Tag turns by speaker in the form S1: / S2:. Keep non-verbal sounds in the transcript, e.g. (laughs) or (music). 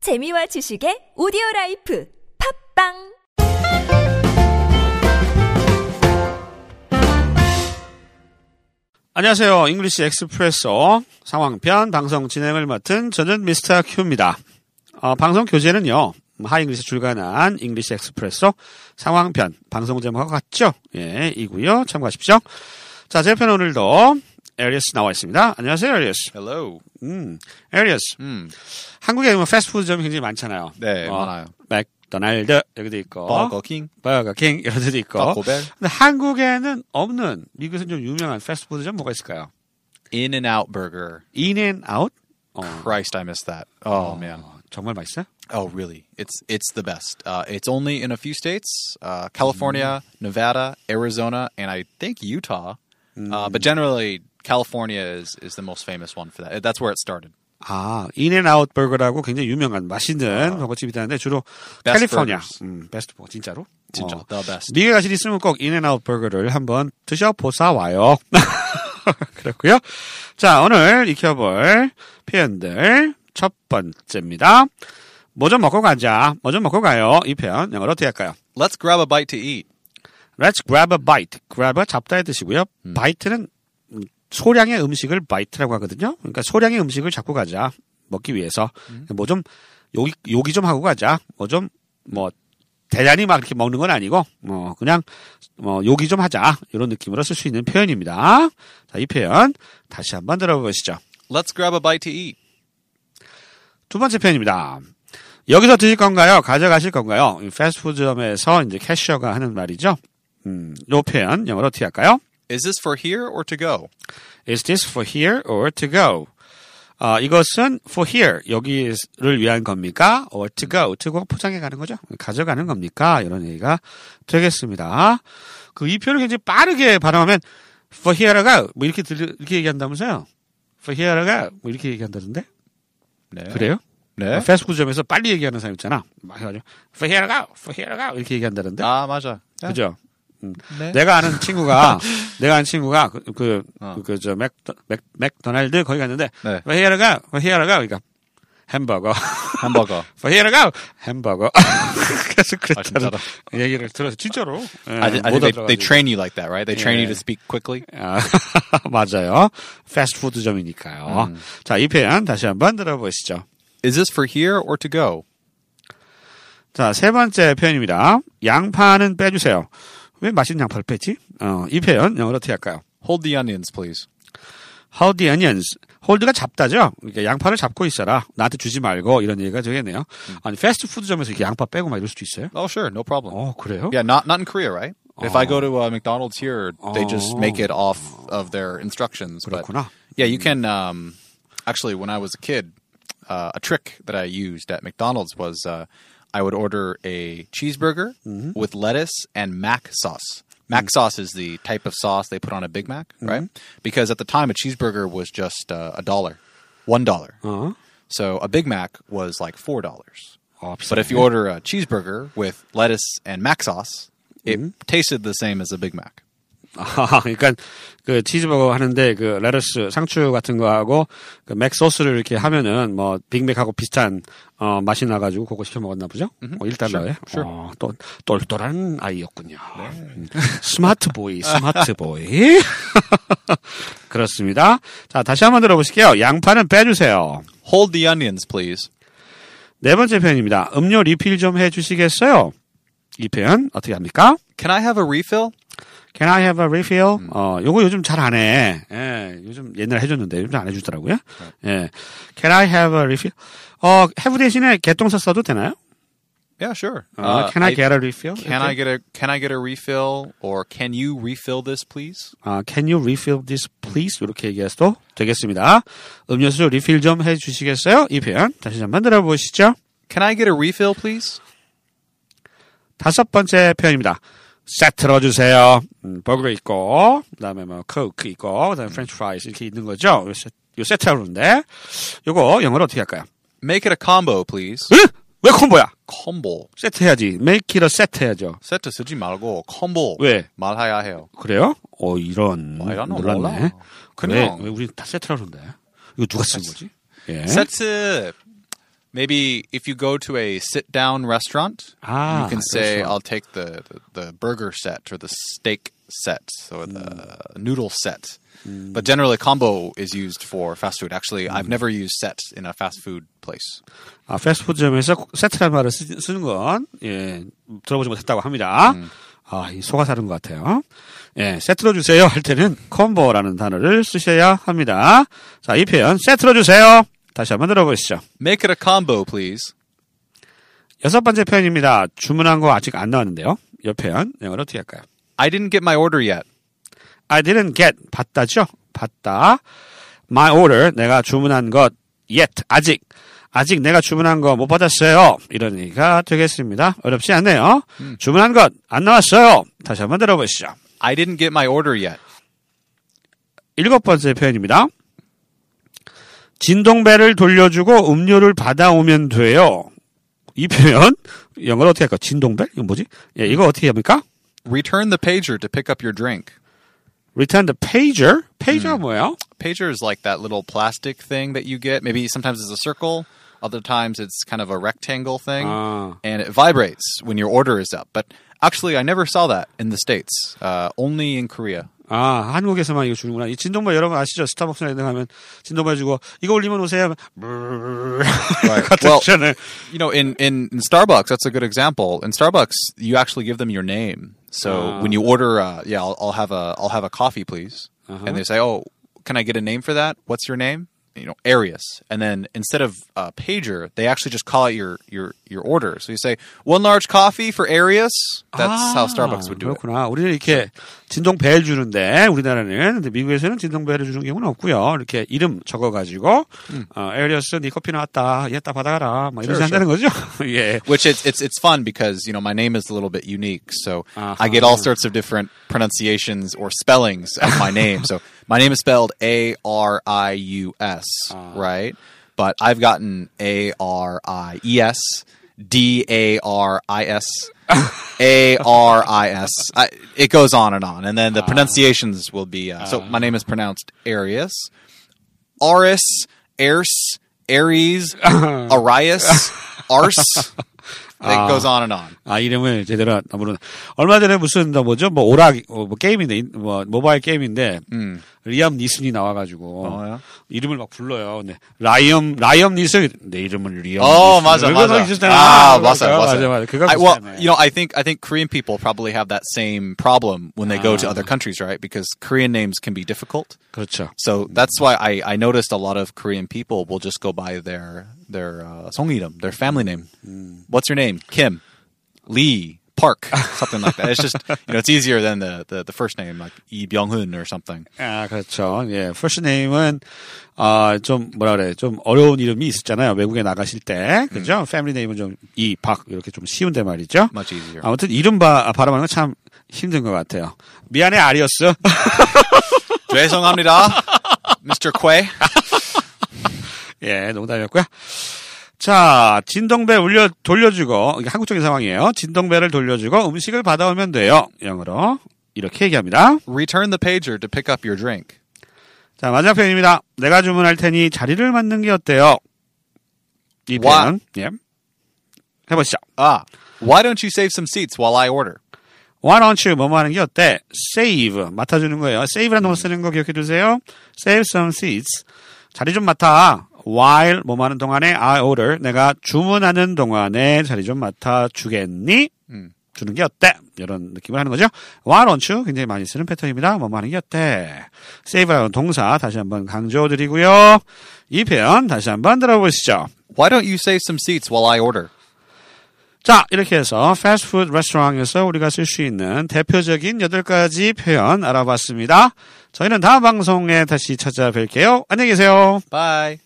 S1: 재미와 지식의 오디오 라이프 팝빵
S2: 안녕하세요. 잉글리시 엑스프레소 상황편 방송 진행을 맡은 저는 미스터 큐입니다. 어, 방송 교재는요. 하잉글리시 출간한 잉글리시 엑스프레소 상황편 방송 제목과 같죠? 예, 이고요. 참고하십시오. 자, 제 편 오늘도 에리어스 나와 있습니다. 안녕하세요, 에리어스.
S3: Hello.
S2: 음, 에리어스.
S3: 음.
S2: 한국에 보면 패스트푸드점이 굉장히 많잖아요.
S3: 네,
S2: 어,
S3: 많아요.
S2: 맥도날드 여기도 있고
S3: 버거킹,
S2: 버거킹 이런 데도 있고.
S3: 바코벨,
S2: 근데 한국에는 없는 미국에서 좀 유명한 패스트푸드점 뭐가 있을까요?
S3: In-N-Out Burger.
S2: 인앤아웃? 어,
S3: Christ, I missed that. Oh, man.
S2: 어, 정말 맛있어요?
S3: Oh, really? It's it's the best. Uh, it's only in a few states: uh, California,
S2: Mm-hmm.
S3: Nevada, Arizona, and I think Utah. Uh,
S2: Mm.
S3: but generally, California is is the most famous one for that. That's where it started.
S2: 아, 인앤아웃 버거라고 굉장히 유명한 맛있는 버거집이 있는데 주로
S3: 아. Best
S2: 캘리포니아
S3: burgers.
S2: 음, 베스트 버거 진짜로?
S3: 진짜
S2: 어.
S3: the best.
S2: 미국에 가실 있으면 꼭 인앤아웃 버거를 한번 드셔보사 와요. (laughs) 그렇고요. 자, 오늘 익혀볼 표현들 첫 번째입니다. 뭐 좀 먹고 가자. 뭐 좀 먹고 가요. 이 편 영어로 어떻게 할까요?
S3: Let's grab a bite to eat.
S2: Let's grab a bite. grab은 잡다의 뜻이고요. bite는 음, 소량의 음식을 bite라고 하거든요. 그러니까 소량의 음식을 잡고 가자. 먹기 위해서. 뭐 좀, 요기, 요기 좀 하고 가자. 뭐 좀, 뭐, 대단히 막 이렇게 먹는 건 아니고, 뭐, 그냥, 뭐, 요기 좀 하자. 이런 느낌으로 쓸 수 있는 표현입니다. 자, 이 표현 다시 한번 들어보시죠.
S3: Let's grab a bite to eat.
S2: 두 번째 표현입니다. 여기서 드실 건가요? 가져가실 건가요? 이 패스트푸드점에서 이제 캐셔가 하는 말이죠. 음, 요 표현 영어로 어떻게 할까요?
S3: Is this for here or to go?
S2: Is this for here or to go? 아, 이것은 for here, 여기를 위한 겁니까? or to go, to go 포장해 가는 거죠? 가져가는 겁니까? 이런 얘기가 되겠습니다. 그 이 표현을 굉장히 빠르게 발음하면 for here or go, 뭐 이렇게 들, 이렇게 얘기한다면서요? for here or go, 뭐 이렇게 얘기한다던데?
S3: 네.
S2: 그래요?
S3: 네.
S2: 패스트푸드점에서 빨리 얘기하는 사람 있잖아. 막 해가지고 for here or go, for here or go 이렇게 얘기한다던데?
S3: 아, 맞아. 네.
S2: 그죠?
S3: 네.
S2: 내가 아는 (laughs) 친구가 내가 아는 친구가 그,
S3: 어.
S2: 그그저 맥도 맥 맥도날드 거기 갔는데
S3: 네.
S2: 왜 히어로가 왜 히어로가 그러니까 햄버거 (laughs)
S3: 햄버거.
S2: 왜 히어로가 햄버거 (laughs) 그래서 그랬다는
S3: 진짜로?
S2: 얘기를 아, 들어서 진짜로 예,
S3: I, I
S2: 못
S3: think they, they
S2: 알아가지고.
S3: train you like that, right? They train you
S2: Yeah.
S3: to speak quickly.
S2: 아, (laughs) 맞아요 패스트푸드점이니까요 자이 표현 다시 한번 들어보시죠
S3: Is this for here or to go?
S2: 자세 번째 표현입니다 양파는 빼주세요 왜 맛있는 양파를 빼지 어이 표현 영어로 어떻게 할까요
S3: Hold the onions, please.
S2: Hold the onions. 홀드가 잡다죠. 그러니까 양파를 잡고 있어라. 나한테 주지 말고 이런 얘기가 되겠네요. 아니 패스트푸드점에서 이렇게 양파 빼고 막 이럴 수도 있어요.
S3: Oh, sure, no problem.
S2: 어 그래요?
S3: Yeah, not not in Korea, right? If I go to uh, McDonald's here, they just make it off of their instructions. But
S2: Oh. 그렇구나.
S3: yeah, you can. Um, actually, when I was a kid, uh, a trick that I used at McDonald's was uh, I would order a cheeseburger
S2: Mm-hmm.
S3: with lettuce and mac sauce. Mac
S2: Mm.
S3: sauce is the type of sauce they put on a Big Mac,
S2: Mm-hmm.
S3: right? Because at the time, a cheeseburger was just uh, a dollar, one dollar.
S2: Uh-huh.
S3: So a Big Mac was like four dollars.
S2: 아,
S3: But if you order a cheeseburger with lettuce and mac sauce, it
S2: Mm-hmm.
S3: tasted the same as a Big Mac.
S2: 아, (laughs) 그러니까 그 치즈버거 하는데 그 레터스 상추 같은 거하고 그 맥소스를 이렇게 하면은 뭐 빅맥하고 비슷한 어, 맛이 나가지고 그거 시켜 먹었나 보죠? 어, 1달러에 어, 또 똘똘한 아이였군요. 음, 스마트 보이, 스마트 보이. (laughs) 그렇습니다. 자, 다시 한번 들어보실게요. 양파는 빼주세요.
S3: Hold the onions, please.
S2: 네 번째 표현입니다. 음료 리필 좀 해주시겠어요? 이 표현 어떻게 합니까?
S3: Can I have a refill?
S2: Can I have a refill?
S3: 음.
S2: 어, 요거 요즘 잘 안 해. 예, 요즘 옛날에 해줬는데 요즘 안 해주더라고요.
S3: 네.
S2: 예. Can I have a refill? 어, have 대신에 개똥사 써도 되나요?
S3: Yeah, sure.
S2: 어,
S3: Uh,
S2: can I,
S3: I-
S2: get a refill?
S3: Can I get a can I get a refill or can you refill this please?
S2: 아, can you refill this please? 이렇게 얘기해도 되겠습니다. 음료수 리필 좀 해주시겠어요? 이 표현 다시 한번 들어보시죠.
S3: Can I get a refill please?
S2: 다섯 번째 표현입니다. 싹 틀어주세요. 음, 버거 있고, 그 다음에 뭐, 코크 있고, 그 다음에 프렌치 프라이스 이렇게 있는 거죠. 요, 세, 요 세트라고 그러는데, 요거 영어로 어떻게 할까요?
S3: Make it a combo please.
S2: 으! 왜 콤보야?
S3: combo.
S2: 세트 해야지. make it a set 해야죠.
S3: 세트 쓰지 말고 combo.
S2: 왜?
S3: 말해야 해요.
S2: 그래요? 어, 이런.
S3: 와, 이런 거
S2: 놀랐네.
S3: 몰라.
S2: 왜,
S3: 그냥
S2: Eh? 왜 우리 다 세트라고 그러는데? 이거 누가 쓴 거지? 예.
S3: 세트 Maybe if you go to a sit down restaurant,
S2: Ah,
S3: you can say,
S2: restaurant.
S3: I'll take the, the, the burger set or the steak set or the
S2: Hmm.
S3: noodle set. But generally, combo is used for fast food. Actually,
S2: Hmm.
S3: I've never used set in a fast food place.
S2: 아, 패스트푸드점에서 세트라는 말을 쓰, 쓰는 건, 예, 들어보지 못했다고 합니다.
S3: 음.
S2: 아, 이 소가 사는 것 같아요. 예, 세트로 주세요 할 때는 콤보라는 단어를 쓰셔야 합니다. 자, 이 표현, 세트로 주세요. 다시 한번 들어보시죠.
S3: Make it a combo, please.
S2: 여섯 번째 표현입니다. 주문한 거 아직 안 나왔는데요. 이 표현, 영어로 어떻게 할까요?
S3: I didn't get my order yet.
S2: I didn't get, 받다죠? 받다. My order, 내가 주문한 것, yet, 아직. 아직 내가 주문한 거 못 받았어요. 이런 얘기가 되겠습니다. 어렵지 않네요. 주문한 것 안 나왔어요. 다시 한번 들어보시죠.
S3: I didn't get my order yet.
S2: 일곱 번째 표현입니다. 진동배를 돌려주고 음료를 받아오면 돼요. 이 표현, 영어로 어떻게 할까? 진동벨? 이거 뭐지? 예, 이거 어떻게 합니까?
S3: Return the pager to pick up your drink.
S2: Return the pager. pager가 뭐예요?
S3: Pager is like that little plastic thing that you get. Maybe sometimes it's a circle, other times it's kind of a rectangle thing,
S2: Ah.
S3: and it vibrates when your order is up. But actually, I never saw that in the states. Uh, only in Korea.
S2: 아, 한국에서만 이거 주는구나. 이 진동발 여러분 아시죠? 스타벅스나 이런 데 가면 진동발 주고 이거 올리면 오세요 하면 (laughs)
S3: Right.
S2: 같은
S3: Well,
S2: 잖아요
S3: You know, in, in, in Starbucks, that's a good example. In Starbucks, you actually give them your name. So when you order, uh, yeah, I'll, I'll have a I'll have a coffee, please. And they say, oh, can I get a name for that? What's your name? You know, Arius. And then instead of uh, pager, they actually just call out your your your order. So you say one large coffee for Arius. That's how Starbucks would do
S2: 아,
S3: it.
S2: 그렇구나. 우리는 이렇게 진동벨 주는데 우리나라는 근데 미국에서는 진동벨을 주는 경우는 없고요. 이렇게 이름 적어 가지고 어, 에리어스 네 커피 나왔다. 얘 딱 받아가라. 막 이런
S3: 음. Sure,
S2: 식으로 한다는 거죠. (laughs) 예.
S3: (laughs) Which it's it's it's fun because you know my name is a little bit unique, so I get all sorts of different pronunciations or spellings of my name. so my name is spelled A R I U S, right? But I've gotten A R I E S, D A R I S, A R I S. I- It goes on and on, and then the pronunciations will be. Uh, so my name is pronounced Arius. Aris, Erse, Aries, Arius, Arse. It goes on and on.
S2: 아 이름을 제대로 아무런 얼마 전에 무슨 나 뭐죠 뭐 오락 어, 뭐 게임인데 인- 뭐 모바일 게임인데
S3: 음.
S2: 리암 니슨이 나와가지고
S3: 예?
S2: 이름을 막 불러요. 근데 라이엄 라이엄 니슨 내 이름은 리암.
S3: Oh,
S2: 니슨.
S3: 맞아,
S2: 그거
S3: 맞아.
S2: 비슷하잖아.
S3: Ah, 맞아,
S2: 맞아요.
S3: 맞아.
S2: 맞아, 맞아. 그거
S3: I, well,
S2: 비슷하네.
S3: you know, I think I think Korean people probably have that same problem when they go to other countries, right? Because Korean names can be difficult.
S2: 그렇죠.
S3: So that's why I, I noticed a lot of Korean people will just go by their their uh, 성이름, their family name. What's your name? Kim, Lee, Park, something like that. It's (laughs) just you know it's easier than the the, the first name like Lee Byung Hun or (laughs) something.
S2: 아, 그렇죠. 예. first name은, 아, 좀, 뭐라 그래. 좀 어려운 이름이 있었잖아요. 외국에 나가실 때. 그죠? family name은 좀, 이, 박, 이렇게 좀 쉬운데 말이죠.
S3: 음. Much easier.
S2: 아무튼 이름 바, 발음하는 건 참 힘든 것 같아요. 미안해, 아리어스.
S3: 죄송합니다, Mr. Quay.
S2: 예, 농담이었고요. 자, 진동배 울려, 돌려주고, 이게 한국적인 상황이에요. 진동배를 돌려주고 음식을 받아오면 돼요. 영어로. 이렇게 얘기합니다.
S3: Return the pager to pick up your drink.
S2: 자, 마지막 표현입니다. 내가 주문할 테니 자리를 맡는 게 어때요? 이
S3: 와.
S2: 표현. 예. 해보시죠.
S3: Ah, why don't you save some seats while I order?
S2: Why don't you 뭐뭐 하는 게 어때? Save 맡아주는 거예요. Save라는 동사 쓰는 거 기억해 두세요. Save some seats. 자리 좀 맡아. While 뭐뭐 하는 동안에 I order 내가 주문하는 동안에 자리 좀 맡아 주겠니? 주는 게 어때? 이런 느낌을 하는 거죠. Why don't you 굉장히 많이 쓰는 패턴입니다. 뭐뭐 하는 게 어때? Save라는 동사 다시 한번 강조드리고요. 이 표현 다시 한번 들어보시죠.
S3: Why don't you save some seats while I order?
S2: 자, 이렇게 해서 패스트푸드 레스토랑에서 우리가 쓸 수 있는 대표적인 8가지 표현 알아봤습니다. 저희는 다음 방송에 다시 찾아뵐게요. 안녕히 계세요.
S3: Bye.